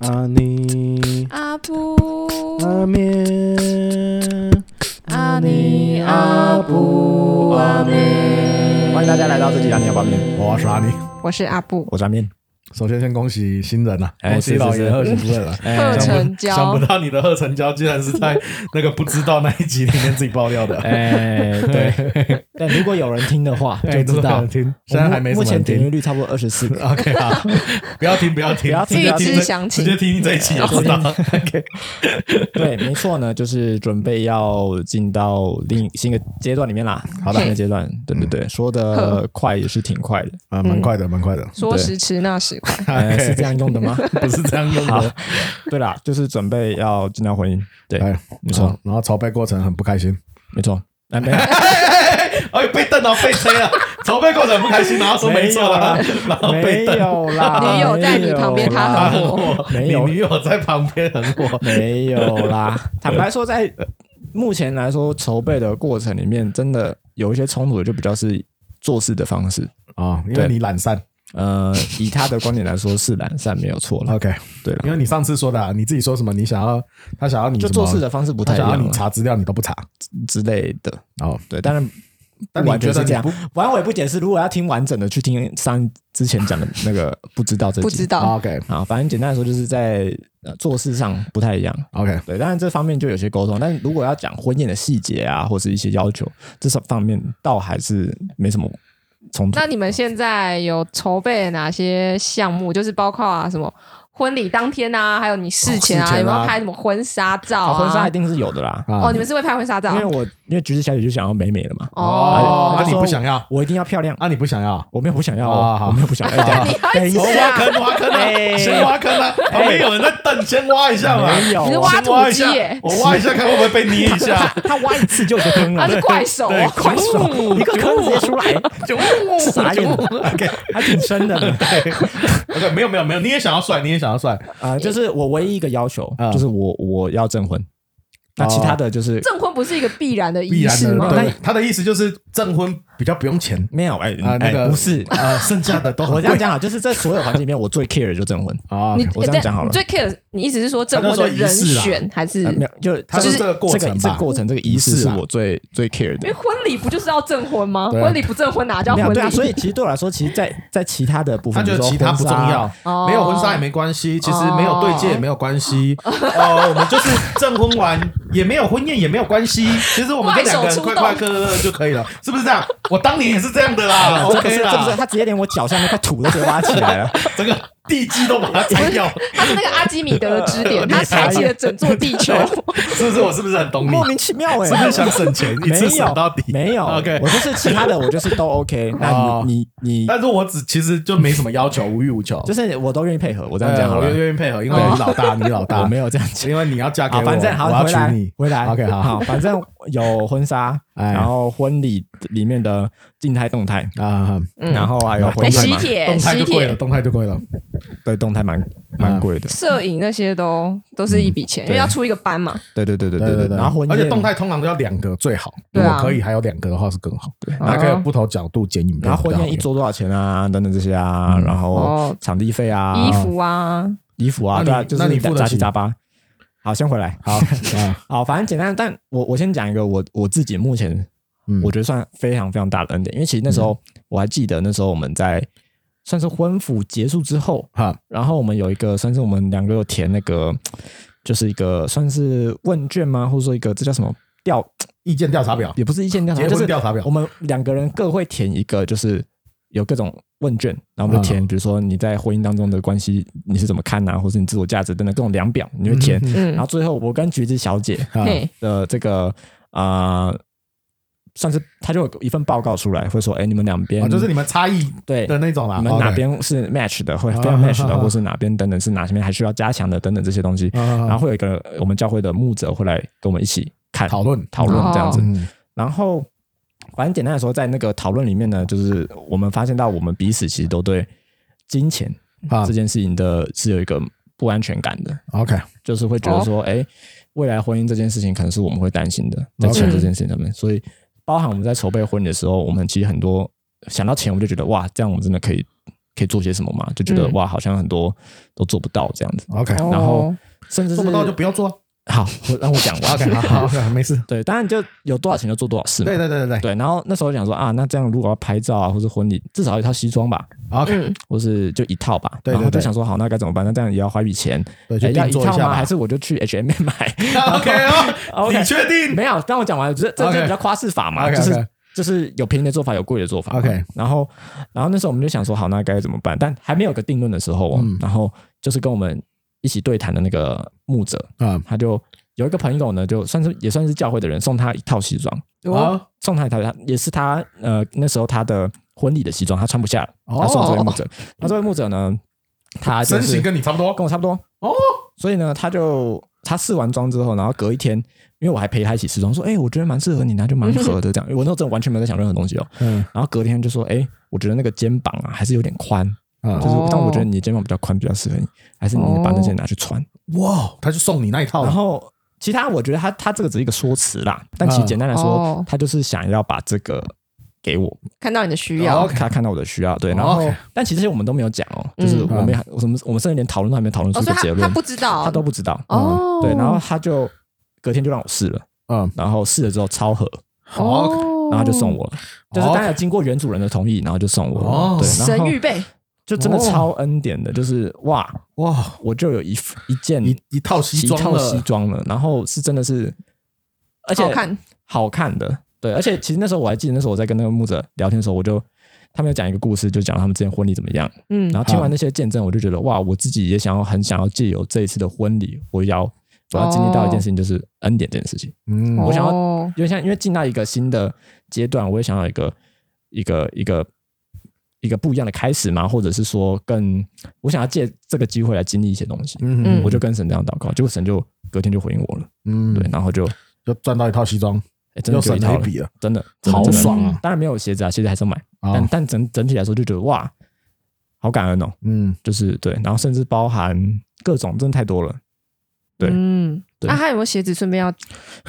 阿尼阿布阿面，阿尼阿布阿妹，欢迎大家来到这期阿尼阿面，我是阿尼。我是阿布，我是阿面。首先先恭喜新人啊，哎恭喜是是老是爷贺喜夫人啊！贺哎想不成交想不到你的贺成交竟然是在那个不知道那一集里面自己爆料的， 哎，对，但如果有人听的话，哎就知真的道很听现在还没什目么前人点阅听。率差不多二十 四 OK 好，不要听，不要不听，要听直接自己听这想起直接听这一期就 知道。OK， 对，没错呢，就是准备要进到另新的阶段里面啦。好的，新的嗯阶段，对对对，说的快也是挺快的，啊，蛮快的，蛮快的，说时迟那时快， 哎，嗯 是这样用的吗？不是这样用好的。，对啦，就是准备要进到婚姻，对，哎，没错好。然后朝拜过程很不开心，没错，哎，没有。哎，被瞪到被吹了，朝拜过程很不开心，然后说没错啦， 然 后啊被没瞪。有啦， 女友在你旁边他很火，我没你有女友在旁边很 火，没有啦。 坦白说，在目前来说，筹备的过程里面，真的有一些冲突，就比较是做事的方式。啊，因哦对为你懒散。呃，以他的观点来说，是懒散没有错了。 OK，对了，因为你上次说的、啊，你自己说什么，你想要他想要你就什么做事的方式不他太一想要样你了查资料，你都不查。之类的。哦，对，当然。但完你全觉得是这样你，完我也不解释。如果要听完整的，去听上之前讲的那个不知道这不集知道 OK 啊，反正简单来说，就是在、呃、做事上不太一样。 OK，对，当然这方面就有些沟通，但如果要讲婚宴的细节啊，或是一些要求，这上方面倒还是没什么冲突 那。你们现在有筹备哪些项目？就是包括啊什么婚礼当天啊，还有你事前啊，哦事前啊有没有拍什么婚纱照啊，啊？婚纱一定是有的啦，啊哦，你们是会拍婚纱照因为我因为橘子小姐就想要美美的嘛，哦？啊她就你说不想要我一定要漂亮，啊，你不想要？我没有不想要啊哦，好我没有不想要，哎你要等一一直下啊等一下，挖坑挖坑啊，哎先挖坑啊！旁边有人在瞪，先挖一下嘛。没有你是我挖先挖土一机下耶，，我挖一下看会不会被捏 一下。他挖一次就有个坑他了，是怪手对哦，怪手。一个坑直接出来，就傻眼 OK 还挺深的呢。 OK，没有没有没有，你也想要帅，你也想要帅，啊，就是我唯一一个要求啊就是我我要证婚，那其他的哦就是证婚不是一个必然的必仪然式的。吗？对，他的意思就是证婚比较不用钱没有哎啊，那哎个不是，啊，剩下的都我很贵这样讲好，啊就是在所有环节里面，我最 care 的就证婚。啊你我这样但讲好了你最 care，的你意思是说证婚他的就说人仪式啦选还是呃没有，就是它就是嗯这个过程吧这个过程这个仪式仪是式啊我最最 care 因为的。婚礼不就是要证婚吗？对啊婚礼不证婚哪叫没有婚对啊，礼？所以其实对我来说，其实在，在其他的部他分，觉得比如其嗯说他不重婚纱要，哦没有婚纱也没关哦系，其实没有对戒也没有关系，呃，我们就是证婚完也没有婚宴也没有关系，其实我们这两个人快快乐乐就可以了，是不是这样？我当年也是这样的啊 哦啊这哦不是啦，OK 这不是，啦，他直接连我脚下那块土都给挖起来了。整个地基都把它啊 拆掉， 他是那哎个阿基米德的支点，你他才抬起了整座地 球。哎 是不是？我是不是很懂 你莫？名其妙哎、是不是想省钱，一没次有省到底？没有 OK 我就是其他的，我就是都 OK 那。哦你你你，但是我只其实就没什么要求，无欲无求，就是我都愿意配合，我这样呃讲好我了。哦愿意配合，因为你老大，你老 我大没，有这样讲。因为你要啊嫁给好，我，反正我好，要回娶来你，回来 OK，好好，反正有婚纱， 哎然后婚礼里面的静态动态，啊。然后还有嗯婚哎，动态纱喜嘛帖、动态喜就贵了，帖、动态就贵了。对，动态嗯蛮蛮贵的。摄影那些都都是一笔钱，嗯因为要出一个班嘛。对对对对对对对，然后婚而宴，且动，态通常都要两个最好，如对啊果可以还有两个的话是更好，对还可以有不同角度剪影片。然后婚宴一桌多少钱啊？等等这些嗯啊，然后哦场地费啊，衣服啊，衣服啊，那你对啊，就是那你付得杂起七杂八。好，先回来。好 啊， 好，反正简单，但我我先讲一个我我自己目前嗯我觉得算非常非常大的恩典，因为其实那时候我还记得那时候我们在算是婚服结束之后，哈然后我们有一个算是我们两个有填那个就是一个算是问卷吗，或者说一个这叫什么调，意见调查表，也不是意见调查，结就是婚调查表我，们两个人各会填一个，就是有各种问卷，然后我们就嗯填，比如说你在婚姻当中的关系你是怎么看啊，或是你自我价值等等各种量表，你会填。然嗯后，最后我跟橘子小姐啊嘿，的这个啊、呃算是她就有一份报告出来，会说，哎，你们两边、啊就是你们差异对啊的那种啦，你们哪 OK 边是 match 的，会啊非常 match 啊的，啊或是哪边等等是哪些面还需要加强的等等这些东西，啊啊啊然后会有一个我们教会的牧者会来跟我们一起看讨论讨论这样子，嗯然后反正简单来说，在那个讨论里面呢，就是我们发现到我们彼此其实都对金钱啊这件事情的是有一个不安全感的， ，OK，就是会哦觉得说，哎、未来婚姻这件事情可能是我们会担心的，嗯在钱这件事情上面，所以包含我们在筹备婚礼的时候，我们其实很多想到钱，我们就觉得哇，这样我们真的可以可以做些什么嘛，就觉得、嗯哇，好像很多都做不到这样子， OK，哦然后甚至是做不到就不要做啊。好，我让 我讲完。 OK，好好，OK，没事。对，当然就有多少钱就做多少事嘛对。对对对对 对，然后那时候想说啊，那这样如果要拍照啊，或是婚礼，至少有一套西装吧， ，OK，嗯，或是就一套吧。对对然后就对想说，好，那该怎么办？那这样也要花一笔钱，对，哎去要定一做套下吗？吧还。是我就去 H M 买？ OK 哦， OK 你确 定没有，但我讲完了，这这 OK 就比较夸饰法嘛 OK，就是 OK 就是有便宜的做法，有贵的做法嘛。 OK 然后然后那时候我们就想说，好，那该怎么办？但还没有个定论的时候哦嗯，然后就是跟我们一起对谈的那个牧者，啊？他就有一个朋友呢，就算是也算是教会的人，送他一套西装，哦送他一套，他也是他呃那时候他的婚礼的西装，他穿不下了，哦他送这位牧者。那这位牧者呢，他就身是形跟你差不多跟我差不多哦，所以呢，他就他试完妆之后，然后隔一天，因为我还陪他一起试妆，说，哎、我觉得蛮适合你的啊，就蛮合的这样。因为我那时候真的完全没有在想任何东西哦。嗯然后隔天就说，哎、我觉得那个肩膀啊还是有点宽，啊就是、哦但我觉得你的肩膀比较宽，比较适合你，还是你把那件拿去穿。哇，他就送你那一哦套然了。后其他我觉得他他这个只是一个说辞啦，但其实简单来说，哦他就是想要把这个给我，看到你的需然要，后 OK 他看到我的需要，对，哦然后、 OK 但其实我们都没有讲哦，就是嗯我们还我们我们甚至连讨论都还没讨论出哦，一所个以结他论，他不知道，他都不知道，哦，对，然后他就隔天就让我试了，嗯，然后试了之后超合，哦哦，然后就送我了，就是当然经过原主人的同意，然后就送我了，哦对，然神后预备，就真的超恩典的，就是哇，哇，我就有一一件一一套嗯西一装套西了，装了，然后是真的是，而且好看，好看的。对，而且其实那时候我还记得，那时候我在跟那个牧者聊天的时候，我就他们有讲一个故事，就讲他们之前婚礼怎么样。嗯然后听完那些见证，我就觉得哇，我自己也想要很想要借由这一次的婚礼，我要我要经历到哦一件事情，就是恩典这件事情。嗯我想要哦因为像因为进到一个新的阶段，我也想要有一个一个一个一个不一样的开始嘛，或者是说更我想要借这个机会来经历一些东西。嗯我就跟神这样祷告，结果神就隔天就回应我了，嗯，对，，然后就、就赚到一套西装，哎真又的就省一了套一了，笔了，真的好真的爽啊！当然没有鞋子啊，鞋子还是要买，啊但但整整体来说就觉得哇，好感恩哦，嗯，就是对，然后甚至包含各种，真的太多了，对嗯，对那他有没有鞋子？顺便要，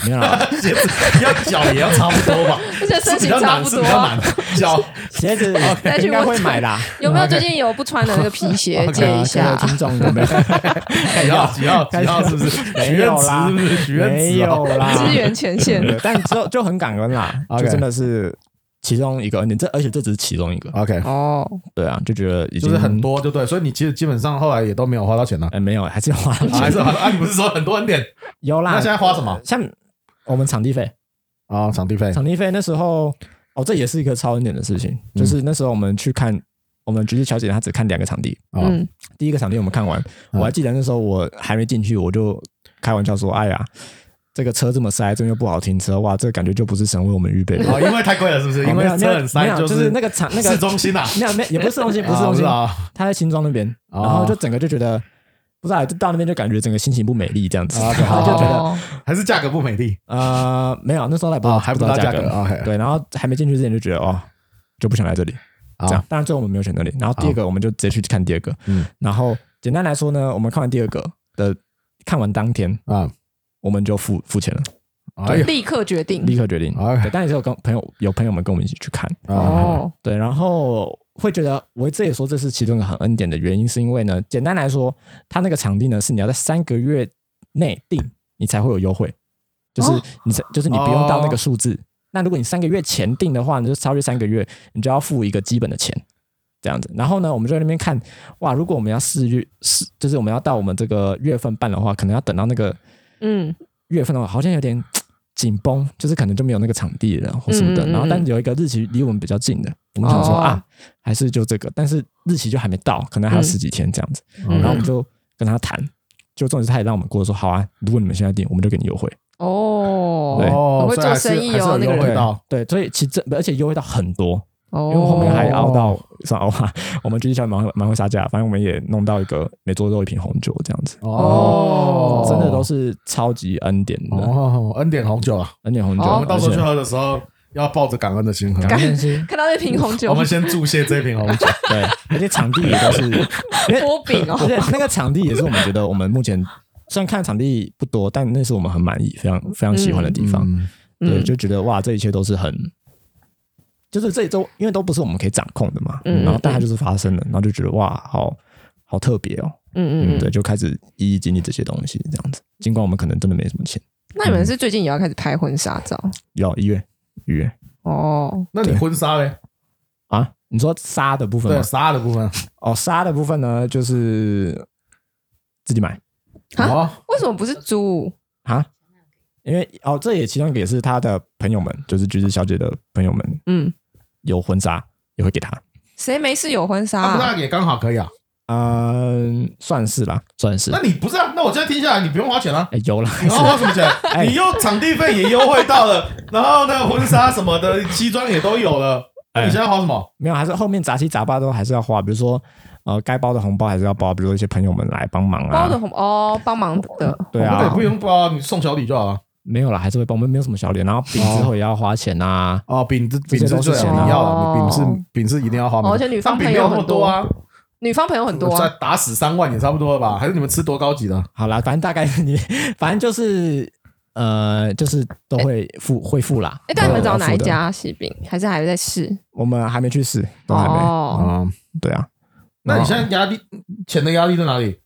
没有 啦，鞋子 要脚也要差不多 吧，而且身是形比较差难，不是多比较难啊。，脚鞋子再去应该会问买啦，有没有最近有不穿的那个 皮鞋哦 OK，借一下各位？听众有 没有？哎几号几号几号是不是？许没愿有池啦，是不是？许愿没池有哦 啦，支援前线，对但就就很感恩啦，就 OK 真的是其中一个恩典，这而且这只是其中一个， ，OK，哦，对啊，就觉得已经啊就是很，多就对，所以你其实基本上后来也都没有花到钱 了。哎，没有，还是要花啊还是花啊？你不是说很多恩典？ 有啦，那现在花什么像我们场地费， 啊？场地费场地费那时候，哦，这也是一个超恩典的事情，嗯就是那时候我们去看，我们橘子小姐她只看两个场地，啊，嗯，第一个场地我们看完，嗯我还记得那时候我还没进去，我就开玩笑说：“哎呀，这个车这么塞，这边又不好停车，哇，这感觉就不是神为我们预备的。 哦，因为太贵了，是不是？因没为有没车有很塞没，有就是那个场那个市中心啊，没有 没有，也不是市中心，不是市啊中心，啊，他在新庄那边，哦然后就整个就觉得。不知道，就到那边就感觉整个心情不美丽这样子，啊然后 就觉得哦还是价格不美丽呃，没有，那时候还不知道、啊，还不知到道价格格，啊，嘿对，然后还没进去之前就觉得哦，就不想来这里，啊这样。当然最后我们没有选那里，然后第二个我们就直接去看第二个，嗯然后简单来说呢，我们看完第二个的，看完当天啊，我们就付付钱了，哎呦立刻决定立刻决定。 OK 对，但也是有跟朋友有朋友们跟我们一起去看，啊，哦，对，然后会觉得我这也说这是其中一个很恩典的原因，是因为呢，简单来说，它那个场地呢是你要在三个月内定，你才会有优惠，就是哦你才、就是你不用到那个数字。那如果你三个月前定的话，你就超越三个月，你就要付一个基本的钱，这样子。然后呢，我们就在那边看，哇，如果我们要四月四，就是我们要到我们这个月份办的话，可能要等到那个嗯，月份的话，好像有点紧绷，就是可能就没有那个场地了或什么的。嗯嗯嗯然后，但有一个日期离我们比较近的，我们想说、哦啊，还是就这个，但是日期就还没到，可能还有十几天这样子。嗯然后我们就跟他谈，就重点是他也让我们过说，好啊，如果你们现在订，我们就给你优惠。哦，哦，很会所以做还是生意哦还是有那优个惠人到对，所以其实这而且优惠到很多，哦，因为我后面还熬到算熬吧，我们 G 小蛮会蛮会杀价，反正我们也弄到一个每桌都有一瓶红酒这样子，哦真的都是超级恩典的、哦，恩典红酒啊，恩典红酒。哦我们到时而候去且喝的时候要抱着感恩的心喝。感恩是看到那瓶红酒我，们先注谢这瓶红 酒，对，而且场地也都是，因为波 饼而哦，且那个场地也是我们觉得我们目前虽然看场地不多，但那是我们很满意、非常非常喜欢的地方。嗯对，嗯就觉得哇，这一切都是很就是这都因为都不是我们可以掌控的嘛，嗯然后但它就是发生了，然后就觉得哇，好好特别哦，嗯嗯嗯。对，就开始一一经历这些东西，这样子。尽管我们可能真的没什么钱，那你们是最近也要开始拍婚纱照要一月一月哦？那你婚纱嘞？啊？你说杀的部分对，吗？纱的部分。哦，杀的部分呢，就是自己买啊哦，为什么不是租？啊，因为哦，这也其中一个也是他的朋友们，就是橘子小姐的朋友们嗯，有婚纱也会给他，谁没事有婚纱、那不啊？那也刚好可以啊。嗯，算是啦，算是那，你不是啊？那我现在听下来，你不用花钱啊。哎，有啦，你要哦花什么哎钱？你又场地费也优惠到 了，然后那个婚纱什么的西装也都有了，那你现在花什么？ 没有，还是后面杂七杂八都还是要花，比如说呃，该包的红包还是要包，比如说一些朋友们来帮忙啊，包的红哦，帮忙的对我们啊也，不用包啊，你送小礼就好了。没有啦，还是会包，我们没有什么小脸，然后饼之后也要花钱啊，哦，饼子这饼些子都是最钱啊你要啊，你饼哦是饼是一定要花哦，吗而？且女但方饼朋没友有那么很多，啊，女方朋友很多再啊，打死三万也差不多了吧？还是你们吃多高级的？好啦，反正大概你，反正就是呃，就是都会付会付啦。哎，但你们都找有哪一付的？家喜饼？还是还在试？我们还没去试，都还没。哦，啊，对啊，那你现在压力钱的压力在哪里？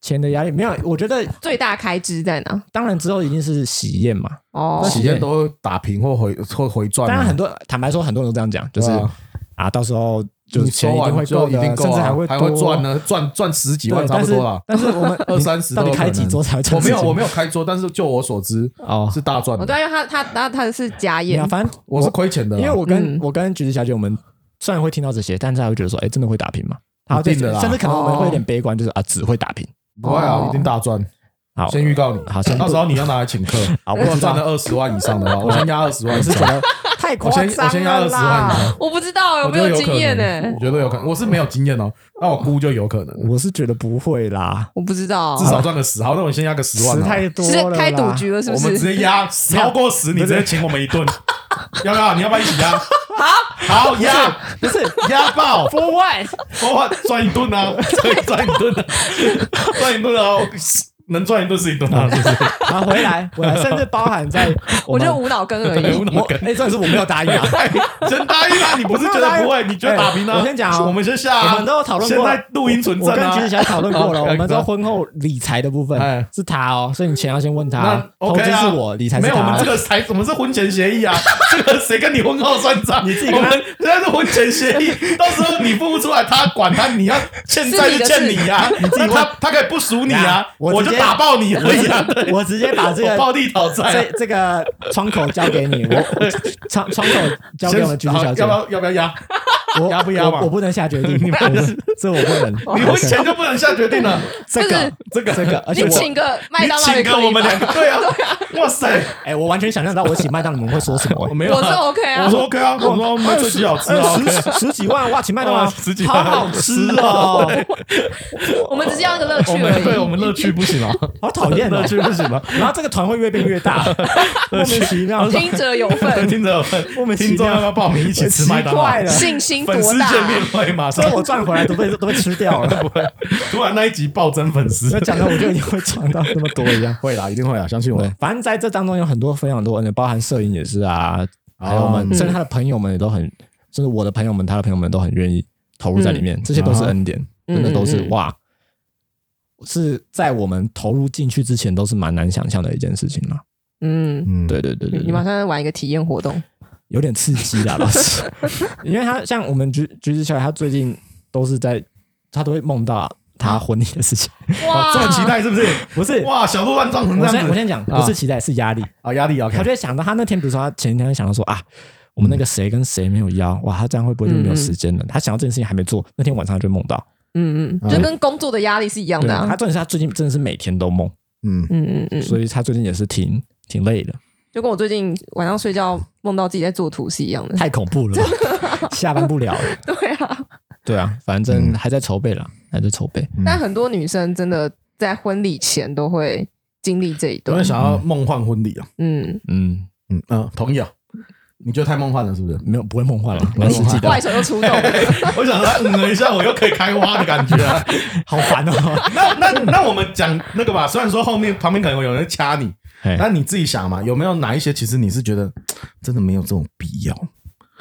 钱的压力没有，我觉得最大开支在哪？当然之后一定是喜宴嘛。哦那，喜宴都打平或回或回赚当啊，然很多，坦白说，很多人都这样讲，就是对啊啊，到时候就你是钱一收定完会之后够一的，定够甚至啊，还会还多会赚。呢，赚赚十几万对，差但不是多了。但是我们 二三十到底都有开可几能桌才会赚我十没几有万？我没有开桌，但是就我所知哦，是大赚哦的，对啊，因为他他他他是假没演有，，反正我是亏钱的啊，因为我跟嗯我跟橘子小姐，我们虽然会听到这些，但是还会觉得说，哎，真的会打平吗？然后就一定的啦甚至可能我们会有点哦悲观，就是啊，只会打平。不会啊，哦一定大赚。好，先预告你，好先到时候你要拿来请客。 好我如果知道赚了二十万以上的话，我先压二十万 以我是上觉。得哦太我夸先张我先压了二十万以啦。上。我不知道，我我没觉得有有经验欸可呢能，我，觉得有可能，我是没有经验哦。那我估就有可能，我是觉得不会啦，我不知道至，少赚个十。好，那我先压个十万十啊。太多是了啦，开赌局了是不我们直是？接压超过十，你直接请我们一 顿，要不要？你要不要一起压？好，好压，不是压爆，不会。包括赚一 顿啊，赚赚一顿啊，赚一顿啊，能赚一顿是一顿啊，是不是？然后回来，回来，甚至包含在 我们就无脑羹而对已无。脑我跟哎，真的是我没有答应 啊。哎真答应啊！你不是觉得不会？你觉得打平啊？哎我先讲啊我们先下啊，我们都有讨论过，现在录音存证我跟啊其实。想讨论 过了，好我们说婚后理财的部分哎是他哦，所以你钱要先问他那，投 OK 资啊，是我，理财没是有，我他们这。个才我们是婚前协议啊， 这个谁跟你婚后算账？你自己跟我他们现在是婚前协议，到时候你付不出来，他管他，你要欠债就欠你呀，你自己他他可以不赎你啊，我我直就接打爆你而已啊，对我直接把这我暴个力讨债啊这。这个窗口交给你，我 我窗窗口交给我们先橘子小姐要不，要要不要压？我压不压嘛我我不能下决 定，我不这我不能。你婚前就不能下决 定了，这个这个这个，而且你我请个麦你当劳也请可个我以们两吧？个，对啊，哇塞，哎，我完全想象到我请麦当劳你们会说什么我。没有啊，我是 OK 啊我，说 OK 啊，我说我们最近好吃啊哎，OK 十十几万哇，请麦当劳哇 十几好万好吃哦，我们只是要个乐趣我而们对已。我们乐趣不 行啊，好讨厌哦乐。趣不行啊，然后这个团会越变越大，莫名其妙，听者有份，听着莫名其妙听众要不要报名一起吃麦当奇怪劳了？信心啊粉多丝大？啊见面会马所上以，我赚回来都被都被吃掉了。不会，突然那一集暴增粉丝那，讲到我就一定会讲到那么多一啊样。会啦，一定会啦，相信对，反正在这当中有很多非常多恩人，包含摄影也是啊，还有我们嗯甚至他的朋友们也都很，甚至我的朋友们、他的朋友们都很愿意投入在里面，这些都是恩典，嗯真的都是嗯嗯哇，是在我们投入进去之前都是蛮难想象的一件事情啦。嗯，嗯，对对对对你对马上玩一个体验活动，有点刺激啦，老 师，因为他像我们橘橘子小姐，她最近都是在，她都会梦到啊她婚礼的事 情，哇，这么期，待是不是？不是。啊哇，小鹿乱撞成我这先样我子先讲，啊不是期待，是压嗯力。啊，压力啊，她就会想到，她那天比如说，她前一天想到说啊，我们那嗯个谁跟谁没有邀，哇，她这样会不会就没有时间了？她想到这件事情还没做，那天晚上就梦到。嗯嗯，就跟工作的压力是一样对，的啊她。重点是她最近真的是每天都梦，嗯，嗯嗯嗯，所以她最近也是挺挺累的，就跟我最近晚上睡觉梦到自己在做图是一样的。太恐怖了吧，下班不了了。 对啊，对啊，反嗯正还在筹备啦，还在筹备。但很多女生真的在婚礼前都会经历这一有段人。想要梦幻婚礼啊，嗯，嗯，嗯嗯，同意啊，你觉得太梦幻了是不是？ 没有不会梦幻了，我会梦幻记得怪手又出动，我想他嗯了一下，我又可以开花的感觉啊。 好烦哦。那那那我们讲那个吧，虽然说后面旁边可能有人掐你，哎但你自己想嘛，有没有哪一些其实你是觉得真的没有这种必要？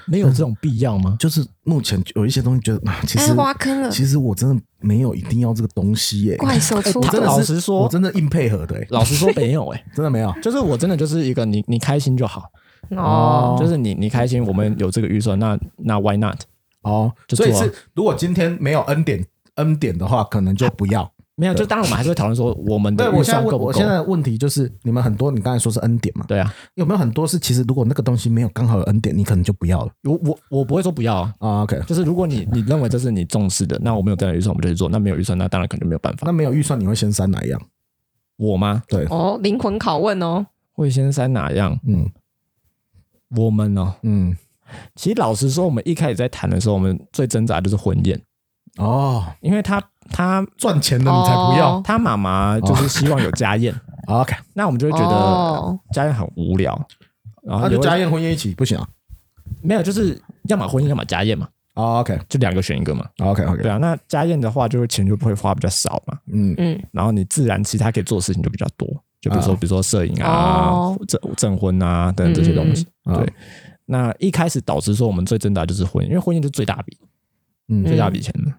没有这种必要 吗？就是目前有一些东西觉得啊，其实哎挖坑了其实我真的没有一定要这个东西耶、怪手出我真的是老实说我真的硬配合的、欸，老实说没有哎、真的没有。 就是我真的就是一个你你开心就好，哦，就是你你开心，我们有这个预算，那那 why not？哦，就所以做啊是如果今天没有恩典恩典的话，可能就不要。没有，就当然我们还是会讨论说我们对，的我预现在算问够我不够现。在的问题就是，你们很多你刚才说是恩典嘛，对啊，有没有很多是其实如果那个东西没有刚好有恩典，你可能就不要了我我我不会说不要啊，啊？OK，就是如果你你认为这是你重视的，那我们有这样的预算，我们就去做；那没有预算，那当然可能就没有办法。那没有预算你会先删哪一样？我吗？对，哦，灵魂拷问哦，会先删哪样？嗯我们哦，嗯，其实老实说，我们一开始在谈的时候，我们最挣扎就是婚宴，哦，因为他他赚钱的你才不要。哦他妈妈就是希望有家宴，哦 OK，那我们就会觉得哦家宴很无聊，然后也那啊就会家宴婚宴一起不行啊。没有，就是要么婚宴，要么家宴嘛，哦 OK 就两个选一个嘛。 OK OK，对啊，那家宴的话，就是钱就会花比较少嘛，嗯嗯，然后你自然其他可以做的事情就比较多，就比如说、啊比如说摄影啊哦、证证婚啊等等这些东西。嗯嗯嗯对啊，那一开始导致说我们最挣扎就是婚宴，因为婚宴就是最大笔、最嗯，大笔钱的。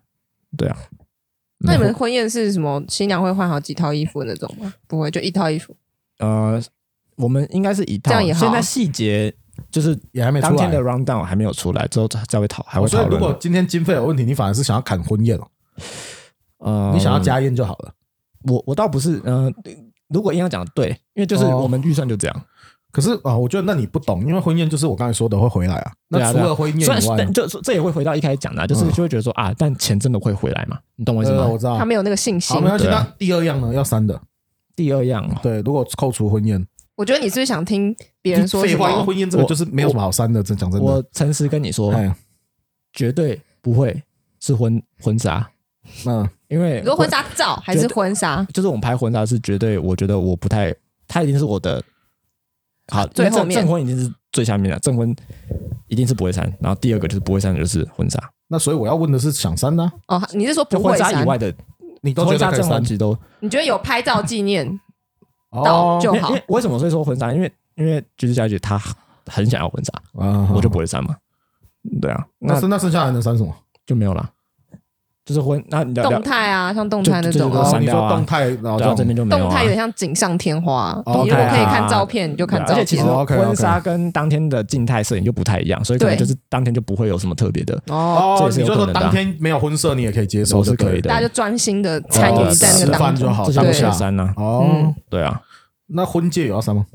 对啊，那你们婚宴是什么？新娘会换好几套衣服那种吗？不会，就一套衣服。呃，我们应该是一套，这样也好现在细节就是也还没当出天的来。哦 round down 还没有出来，之后再会讨还会所讨以如果论。今天经费有问题，你反而是想要砍婚宴哦，呃你想要家宴就好了。我我倒不是，嗯、如果硬要讲对，因为就是哦我们预算就这样。可是啊，我觉得那你不懂，因为婚宴就是我刚才说的会回来啊。对那啊除对啊了婚宴虽然以外，但就就这也会回到一开始讲的啊、就是就会觉得说、啊，但钱真的会回来嘛？你懂我意思吗？嗯呃，我知道他。没有那个信心好，。没关系。对那啊第二样呢？要删的。第二样哦，对，如果扣除婚宴，我觉得你是不是想听别人说废什话，因为么？婚宴这个就是没有什么好删的。真讲真我的，诚实跟你说，哎，绝对不会是婚婚纱，嗯，因为你说婚纱照还是婚纱？就是我们拍婚纱是绝对，我觉得我不太，它一定是我的好啊最后因为面证证婚一定是最下面的，证婚一定是不会删，然后第二个就是不会删的就是婚纱，那所以我要问的是，想删呢？哦，你是说就不婚会纱以外的，你都觉婚得纱可以证删婚？其实都你觉得有拍照纪念到哦，就因为因好？为为什么会说婚纱？因为因为就是小姐她很想要婚纱，啊，哦我就不会删嘛，对啊，那那剩那剩下还能删什么？就没有啦，就是婚那你聊聊动态啊，像动态那就种就啊就哦，是你删说掉啊动态，然后对啊就这边就没有动啊态有。点像锦上添花。哦你如果可以对啊看照片，你就看对啊照而且其实片。哦，OK，OK 婚纱跟当天的静态摄影就不太一样，所以可能对就是当天就不会有什么特别的，哦，这哦，也是你有就可能说的啊当天没有婚摄，你也可以接受，我是对可以了的大家就专心的参哦与在那吃个当饭就中。好，这些当都可以下删啦。哦。对啊，那婚戒有要删吗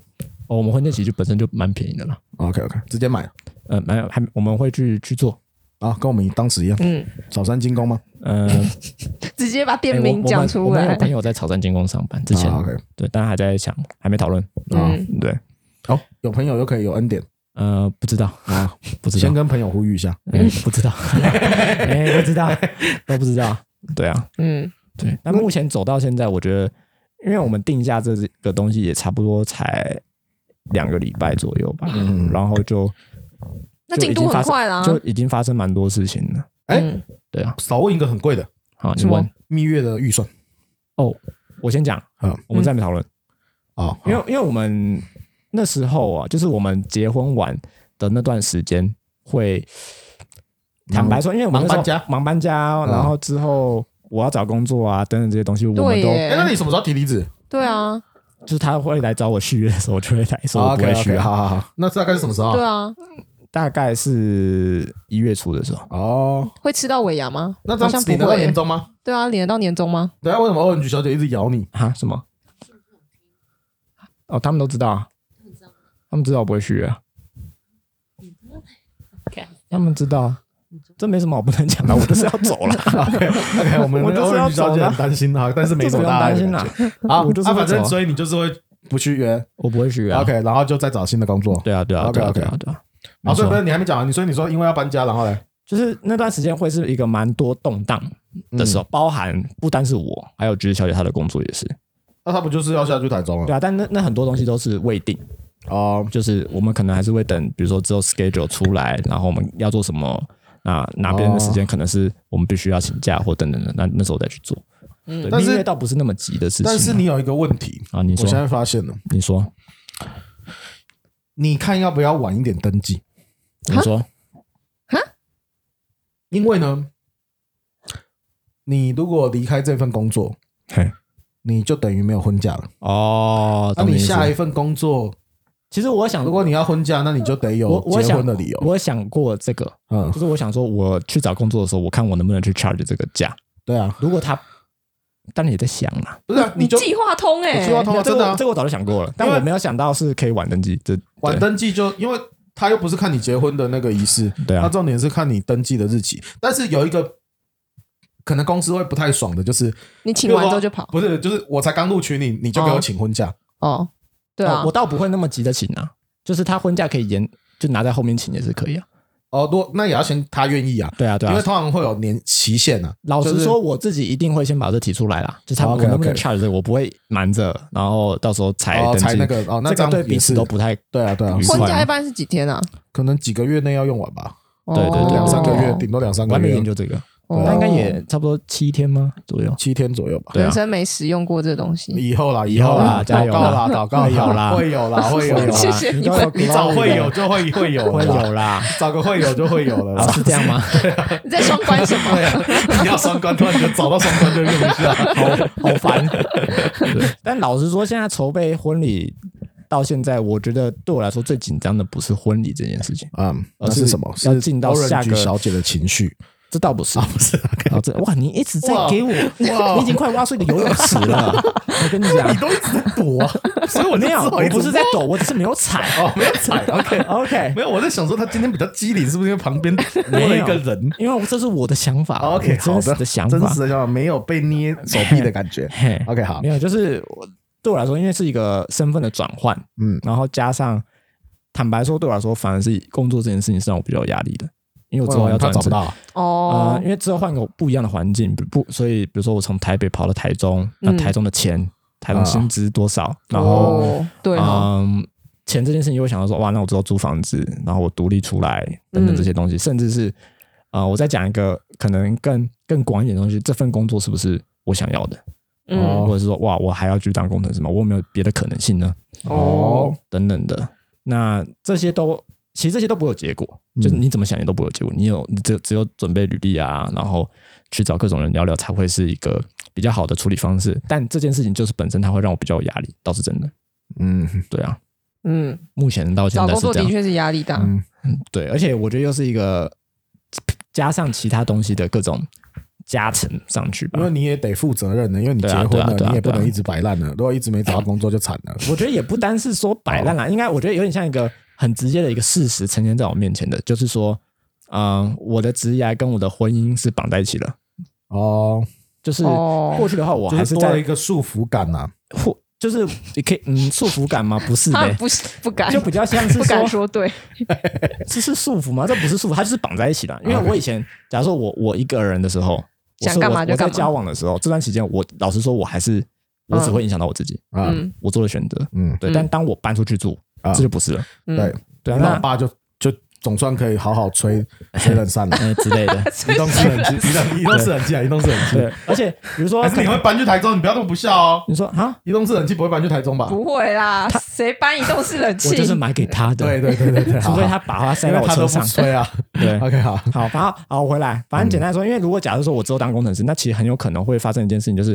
哦，我们婚戒其实本身就蛮便宜的了， ？OK OK，直接买呃，没有，还我们会去去做，啊，跟我们当时一样，嗯，早三精工吗？ 呃，直接把店欸我名讲我出们我们来有。朋友在草山精工上班之前，啊 OK，对，但还在想，还没讨论，啊，嗯，对，好，有朋友又可以有恩典呃，不知道，啊，不知先道，跟朋友呼吁一下，嗯，不 知道，哎，不知道，都不知道，对啊，嗯，对。那目前走到现在，我觉得，因为我们定价这个东西也差不多才两个礼拜左右吧，嗯然后就那进度很快啦。就已经发生蛮多事情了，哎嗯，对啊，少问一个很贵的好，你什么问蜜月的预算哦，我先讲，嗯我们再没讨论。啊，因为因为我们那时候啊，就是我们结婚完的那段时间会，坦白说，因为我们那时候忙搬家嗯忙搬家，然后之后我要找工作啊等等这些东西，我们对都耶哎，那你什么时候提离职？对啊，就是他会来找我续约的时候，我就会来说我不啊 OK 会续 OK，约。好好好，那大概是什么时候对啊？啊，大概是一月初的时候，哦，会吃到尾牙吗？那好这像样不领得到会年耶。终吗？对啊，领得到年终吗？等下为什么 ONG 小姐一直咬 你？哈什么？哦，他们都知道啊，他们知道我不会续约啊，他们知道啊，这没什么我不能讲的，我就是要走了。 OK，我们我就是要 ONG 小走姐了很担心啊哈，但是没这什么不用大担碍心的啦感觉。，啊，我就是啊会反走正啊所以你就是会不续约 我不会续约啊。 ，OK，然后就再找新的工作。对啊，对啊，对啊， OK，OK 对啊，对啊。啊，没所以不错，是你还没讲完，你所以你说因为要搬家，然后嘞，就是那段时间会是一个蛮多动荡的时候，嗯包含不单是我，还有橘子小姐她的工作也是，那他不就是要下去台中了对？啊。但那那很多东西都是未定，哦，就是我们可能还是会等，比如说之后 schedule 出来，然后我们要做什么啊，哪边的时间可能是我们必须要请假或等等的，那那时候再去做。对，嗯但是蜜月倒不是那么急的事情啊。但是你有一个问题，啊，你我现在说，发现了，你说，你看要不要晚一点登记？你说，因为呢，你如果离开这份工作，嘿，你就等于没有婚假了。哦，那、懂你意思下一份工作，其实我想如，果你要婚假，那你就得有我我结想婚的理由。我想过这个，嗯就，是我想说，我去找工作的时候，我看我能不能去 charge 这个价。对啊，如果他，当然也在想啦，不是、啊、你就计划通哎、计划通没有啊，这真个的我啊这，个我早就想过了，但因为我没有想到是可以晚登记，这晚登记就因为他又不是看你结婚的那个仪式，对他啊，重点是看你登记的日期。但是有一个可能公司会不太爽的，就是你请完之后就跑不是，就是我才刚录取你，你就给哦我请婚假。哦，对啊哦我，倒不会那么急着请啊，就是他婚假可以延，就拿在后面请也是可以啊。哦，多那也要先他愿意啊，对啊，对因为啊。通常会有年期限啊。老就实是说，我自己一定会先把这提出来啦，就是他们哦 OK，我能不能 OK charge 这个，我不会瞒着，然后到时候才哦登才记那个哦，那这这个样对彼也此是都不太对啊对啊愉，婚快假啊一般是几天啊？可能几个月内要用完吧，对对哦对两三个月，顶多两三我个还没月研，究这个，哦那应该也差不多七天吗左右？七天左右吧。对啊人，生没使用过这东西，以后啦，以后啦啦，加油祷告啦啦，祷告会有啊啦会 有啦，会有啦。谢谢你们，你找会有就会会有会了啦，有啦，找个会友就会有了啊啦。是这样吗？你在双关什么？你要双关，突然就找到双关就用一 下。 好烦。对但老实说，现在筹备婚礼到现在，我觉得对我来说最紧张的不是婚礼这件事情，嗯，而那是是什么？要是进到 Orange 下个小姐的情绪这倒不是。啊，不是啊哦，这哇，你一直在哇给我，你已经快挖出一个游泳池了。我跟你 讲，都一直在躲 啊，所以我就没只有，好我一不直是在抖，我只是没有踩。哦，没有踩，OK。 哦 OK，没有，我在想说他今天比较机灵，是不是因为旁边多了一个人因为这是我的想法哦？OK，我好真实的，的想真法。实。的想法，没有被捏手臂的感觉 嘿 OK，好没，有，就是我对我来说，因为是一个身份的转换，嗯，然后加上坦白说，对我来说，反而是工作这件事情是让我比较有压力的，因为我之后要他转找不职到啊，啊、哦因，为之后换个不一样的环境，不不，所以比如说我从台北跑到台中，那嗯台中的钱，台中薪资多少，然后哦，对啊哦，嗯，钱这件事情又会想到说，哇，那我之后租房子，然后我独立出来等等这些东西，甚至是啊、呃我再讲一个可能更更广一点的东西，这份工作是不是我想要的，嗯，哦或者是说，哇，我还要去当工程师吗？我有没有别的可能性呢？哦，等等的。那这些都其实这些都不会有结果，嗯就是你怎么想你都不会有结果。你有你只只有准备履历啊，然后去找各种人聊聊，才会是一个比较好的处理方式。但这件事情就是本身它会让我比较有压力，倒是真的。嗯，对啊，嗯，目前到现找在工是作这的样。确是压力大，嗯对，而且我觉得又是一个加上其他东西的各种加成上去吧因。为你也得负责任的，因为你啊对结啊婚对啊了，对啊你也不对啊能一直摆烂了。如果一直没找到工作就惨了。 我觉得也不单是说摆烂哦啦，应该我觉得有点像一个很直接的一个事实呈现在我面前的，就是说，嗯、我的职业跟我的婚姻是绑在一起了。哦，就是哦过去的话，我还就是是多了一在个束缚感啊呐。或就是你可以嗯束缚感吗？不是 他的，啊不是不敢，就比较像是不敢说说 对，这是束缚吗？这不是束缚，它就是绑在一起的。因为我以前，假如说我我一个人的时候，我啊想是我干嘛就干嘛我在交往的时候，这段期间我老实说，我还是我只会影响到我自己，啊，嗯我做的选择。嗯，对，嗯但当我搬出去住，啊这就不是了。对嗯，，对啊，那我那爸就就总算可以好好吹吹冷扇了 。呃之类的。所移以动式冷机，移动移动式冷机啊，移动式冷对机。，而且比如说但，是你会搬去台中，你不要那么不孝哦。你说啊，移动式冷气不会搬去台中吧？不会啦，谁搬移动式冷气我？就是买给他的，对对对对 对，除非好他把它塞因到为我他车都不上。吹啊。 对 OK，好，好，反正好，我回来，反正简单来说，因为如果假如说我之后当工程师，那其实很有可能会发生一件事情，就是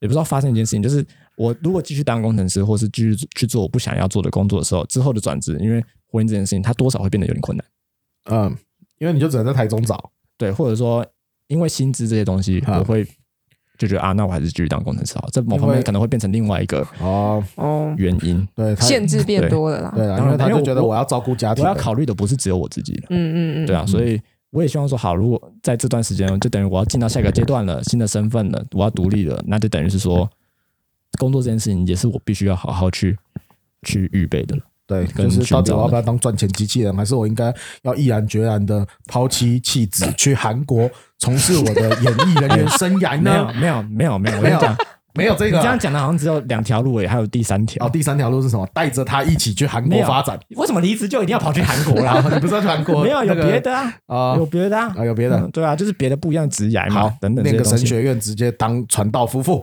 也不知道发生一件事情，就是我如果继续当工程师，或是继续去做我不想要做的工作的时候，之后的转职，因为婚姻这件事情，它多少会变得有点困难，嗯，因为你就只能在台中找。对，或者说因为薪资这些东西，啊我会就觉得啊，那我还是继续当工程师好，这某方因面为可能会变成另外一个哦，哦，原因。对，他限制变多了啦，对啊，当然因为他因为就觉得我我要照顾家我庭了，要考虑的不是只有我自己了，嗯嗯嗯，对啊，所以我也希望说，好，如果在这段时间，就等于我要进到下一个阶段了，新的身份了，我要独立了，那就等于是说，工作这件事情也是我必须要好好去去预备的了。对，跟就是到底寻找我要的不要当赚钱机器人，还是我应该要毅然决然的抛弃妻子，去韩国从事我的演艺人员生涯 没有呢？没有没有没有，我跟你讲，没有这你个这样啊。讲的好像只有两条路诶，欸还有第三条哦，。第三条路是什么？带着他一起去韩没国有发展。为什么离职就一定要跑去韩国啦？ 你不是要去韩国？没有有那个别的啊，啊有别的啊，啊有别的嗯对啊，就是别的不一样的职涯嘛好，等等这念些个东神西。学院，直接当传道夫妇。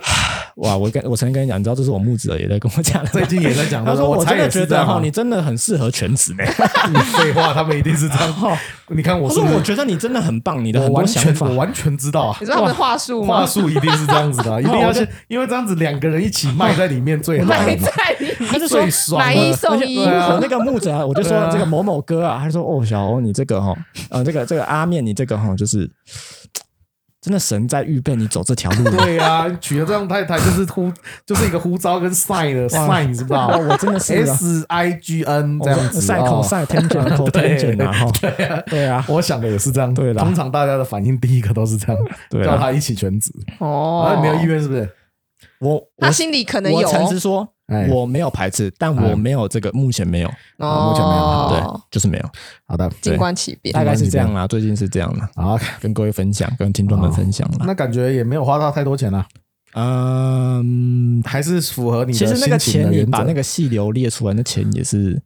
哇，我跟我曾经跟你讲，你知道这是我木子儿也在跟我讲的最吗。近也在讲，他说：“我我猜真也的是觉这得样哈，啊。你真的很适合全职呢。你废话，他们一定是这样。你看我我是哦说不是我觉得你真的很棒，你的我很完多想全法我。完全知道啊你，知道他们的话术话吗？术一定是这样 子的啊，一定要我就是因为这样子两个人一起卖在里面最 好。埋在里他面，就说最爽买一了。送一而且，啊我那个木者，我就说这个某某哥啊，他说哦，小欧你这个哈，呃，这个这个阿面你这个哈，就是真的神在预备你走这条路。对呀，娶了这样太太就是呼，就是一个呼招跟 sign 的 sign，你知不知哇， 道我真的是啊？S I G N 哎这样子晒口哦晒天卷口天卷啊，哈， 对啊，我想的也是这样，对啦通常大家的反应第一个都是这样，对叫啊，他一起全职，哦啊，你没有意愿是不是？我我他心里可能我有哦诚实说哎，我没有排斥，但我没有这个，目前没有，啊目前没有对哦，，就是没有，好的，静观其变。大概是这样啦，最近是这样啦，好，跟各位分享，跟听众们分享啦。那感觉也没有花到太多钱了，嗯，还是符合你的其实那个心情钱的你原把则那个细流列出来，那钱也是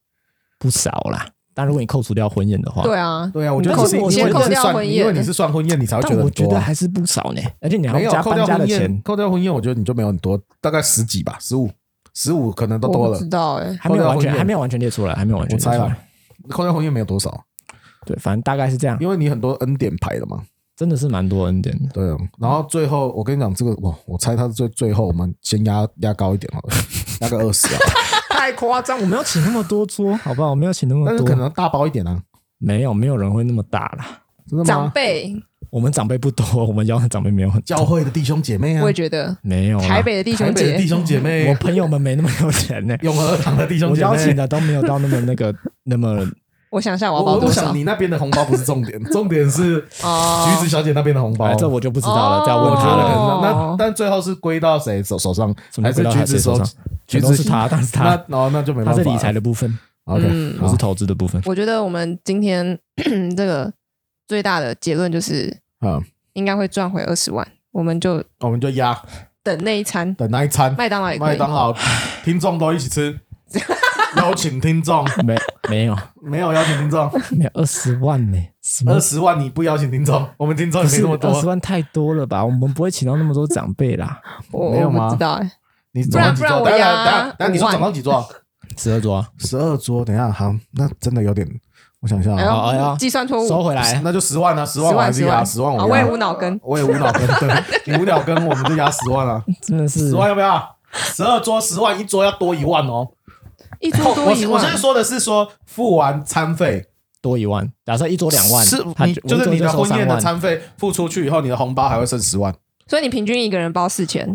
不少啦。但如果你扣除掉婚宴的话，对啊，对啊，我觉得但你是是因我为先扣你是掉算婚宴因为你是算婚宴，你才会觉但得我很觉多得啊。还是不少呢。啊而且你还没有啊要加扣搬掉家的婚宴，钱，扣掉婚宴，我觉得你就没有很多，大概十几吧，十五，十五可能都多我不了知。道哎，还没有完扣掉婚全宴还没有完全列出来，还没有完全我列出猜来了。，扣掉婚宴没有多少，对，反正大概是这样，因为你很多恩典牌的嘛。真的是蛮多恩典 的。对啊，然后最后我跟你讲，这个哇，我猜他是最最后，我们先压压高一点好了，压个二十 啊，太夸张，我没有请那么多桌，好不好？我没有请那么但是多，可能大包一点啊，没有没有人会那么大啦。真的长吗？辈，我们长辈不多，我们邀的长辈没有很教会的弟兄姐妹啊啊我也，觉得没有啦台北的弟台兄北的弟姐，兄姐我妹，朋友们没那么有钱 呢。永和堂的弟兄我姐邀请妹。的都没有到那么那个那么我想一下我我要包我多我少想你那边的红包不是重 点，重点是哦橘子小姐那边的红包哎，。这我就不知道了，再我问觉他得可了。能那哦但最后是归到谁手手上，什还么是归到橘子谁手手上？橘全子都是他，当然是那他，哦，那就没他办法是了。理财的部分， OK，嗯我好是投资的部分。我觉得我们今天 这个最大的结论就是，嗯，应该会赚回二十万，我们就我们就压等那一餐，等那一餐，麦当劳也可麦以。当劳听众都一 起吃，邀请听众没没有没有邀请听众，没有二十万呢、什么二？十万你不邀请听众，我们听众不也没是那么二十多，万太多了吧？我们不会请到那么多长辈啦，我没有我吗啊不知道哎，你总共几不然不桌？等然我一下压等一下等一下，你说五万总共几桌？ 十二桌、啊、十二桌，等一下，好，那真的有点，我想一下哎啊，好哎呀呦，计算错误，收回来。那就十万啊，十十万我还万是十压，万十万啊我我压也无脑跟，我也无脑跟，对，你无脑跟我们就压十万啊，真的是十万要不要？十二桌十万，一桌要多一万哦。一桌我多一我现在万，说的是说付完餐费多一万，假设一桌两万，是他你我一就是桌你的收婚宴三的万，餐费付出去以后，你的红包还会剩十万。所以你平均一个人包四千，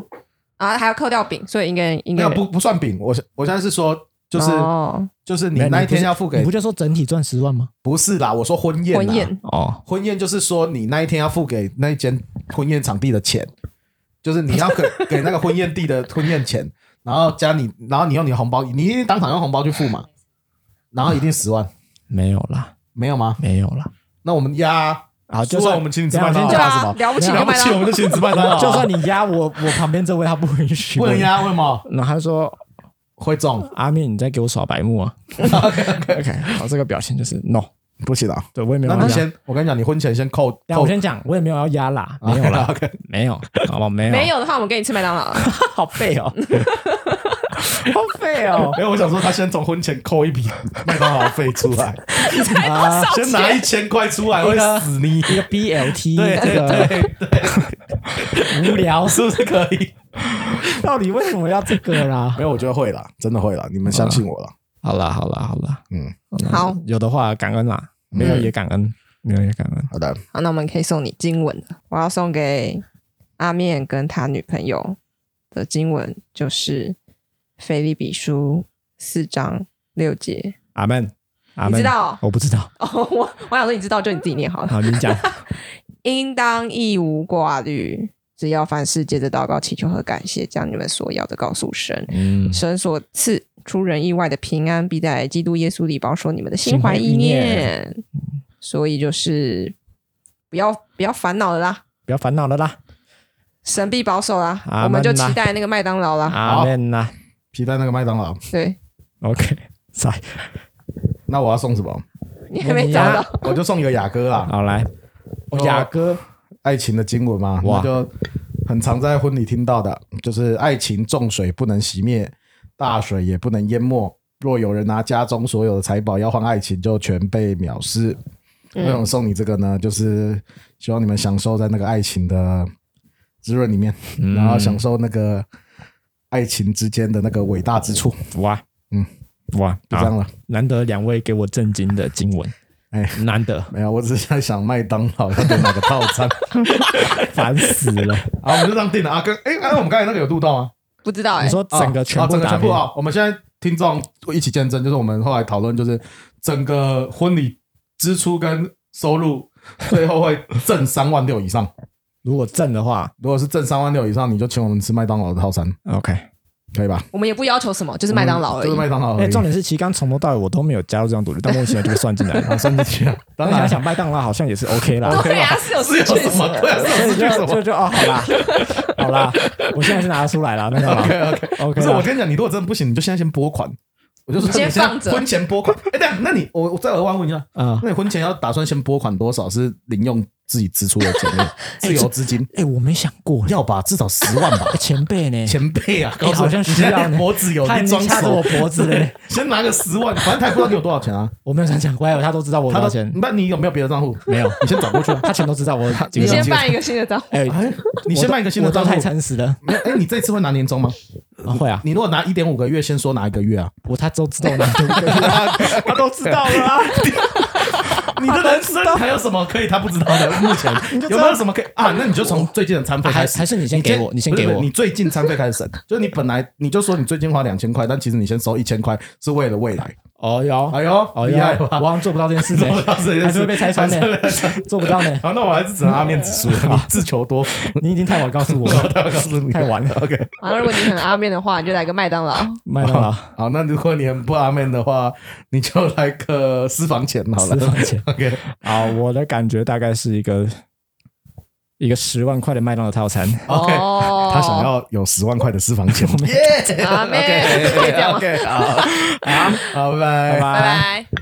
然后还要扣掉饼，所以一个人一没个有人不不算饼，我我现在是说，就是哦就是你没有那一不是天要付你给不就说整体赚十万吗？不是啦，我说婚宴婚啦宴哦，婚宴就是说你那一天要付给那一间婚宴场地的钱，就是你要给给那个婚宴地的婚宴钱，然后加你，然后你用你的红包，你一定当场用红包去付 嘛，然后一定十万，没有啦，没有吗？没有啦。那我们压啊好，就输了算我们请你吃等一下麦当我劳，先对怕什啊 么，？了不起没有就 了不麦起，当我劳们就请你吃麦当劳，就算你压我，我旁边这位他不允许，不能。压，为什么？然后他就说会中，：“阿面，你在给我耍白目啊？”OK，好，这个表情就是 no，不行啊。对我也没有那要你压。先，我跟你讲，你婚前先扣但我扣先讲，我也没有要压啦，没有啦， OK，没有，好吧，没有，没有的话，我们给你吃麦当劳。啊好废哦， 好废哦，没有，我想说他先从婚前扣一笔麦当劳费出 来，啊，先拿一千块出来会死你，一个 BLT 对这个 无聊， 是不是可以？到底为什么要这个啦没？有，我觉得会啦，真的会啦，你们相信我啦。好啦，好啦，好啦，嗯，那好有的话感恩啦，没有也感恩，没有也感恩。好的，好，那我们可以送你经文了。我要送给阿面跟他女朋友的经文就是《腓立比书》四章六节。阿门，阿你门知，道我不知道，哦？ 我我想说，你知道就你自己念好了。好，你 讲。应当一无挂虑，只要凡事借着祷告、祈求和感谢，将你们所要的告诉神。嗯，神所赐出人意外的平安，必在基督耶稣里保守你们的心心怀怀意意念念。所以就是不要不要烦恼了啦。不要烦恼了啦，神必保守啦，阿门啦我们就期待那个麦当劳啊啦。阿门啦。皮蛋那个麦当劳，对 OK，塞，那我要送什么？你还没找啊你到，我就送一个雅歌啦，好来，哦雅哥，爱情的经文嘛，哇那就很常在婚礼听到的，就是爱情重水不能熄灭，大水也不能淹没。若有人拿家中所有的财宝要换爱情，就全被藐视。为什么送你这个呢？就是希望你们享受在那个爱情的滋润里面，然后享受那个爱情之间的那个伟大之处。哇，嗯，哇，就这样好了。难得两位给我震惊的经文，哎，难得，没有，我只是在想麦当劳要点哪个套 餐。烦死了。好，我们就这样定了啊。跟哎，哎，我们刚才那个有录到吗？不知道哎、你说整个全啊部整个打全部遍，啊！我们现在听众一起见证，就是我们后来讨论，就是整个婚礼支出跟收入最后会挣三万六以上。 如果正的话如果是挣三万六以上，你就请我们吃麦当劳的套餐， ，OK。可以吧？我们也不要求什么，就是麦当劳而已。嗯就是 麦当劳而哎，已。重 点是，其实刚从头到尾我都没有加入这张赌局，但目前就算进来了。 啊，算进 去啊！当但想然，想麦当劳好像也是 OK 啦， 对啊，是有是有兴趣什 么？对啊，是所有以失去什就么就就哦，好啦，好啦，我现在是拿得出来了，麦当劳 OK，OK OK，不是我啦跟你讲，你如果真的不行，你就现在先拨款。我就说你先你现在放着婚前 拨款。哎，对啊，那你我我再额外问一下，嗯，那你婚前要打算先拨款多少？是零用自己支出的 钱，自由资金哎，我没想过，要吧，至少十万吧。哎 前辈呢？前辈啊，哎告诉好像你需要呢 现在脖子有他已一经装掐着手我，脖子嘞，先拿个十万，反正他也不知道你有多少钱啊。我没有想讲乖，他都知道我有他多少都钱，那你有没有别的账户？没有，你先转过去啊。他全都知道我几个你你东先西。办一个新的账户，哎，哎，你我先都办一个新的我都账太户。诚实 了，没有，哎，你这次会拿年终吗？啊会啊，你如果拿一点五个月，先说哪一个月啊？我他都知道我 拿多少， 他都知道了啊。你的人生还有什么可以他不知道 的？目前有没有什么可以啊？那你就从最近的餐费开始，还还是你先给我你先给我不是不是你最近餐费开 始省，就是你本来你就说你最近花两千块，但其实你先收一千块是为了未来。哦哟，哎呦，哦厉哟，害我吧？好像做不到这件事情， 做不到这件事还是会被拆穿呢还是，做不到呢。 好，那我还是只能阿面指数了，你自求多福。你已经太晚告诉我我了，告诉 你，太晚了。 OK，然后如果你很阿面的话，你就来个麦当劳。麦当劳好，那如果你很不阿面的话，你就来个私房钱好私了。 房钱 OK，啊，我的感觉大概是一个一个十万块的麦当劳套餐。 OK 哦，他想要有十万块的私房钱。耶阿面，可以这样吗？ OK，好，好，拜拜拜拜。拜。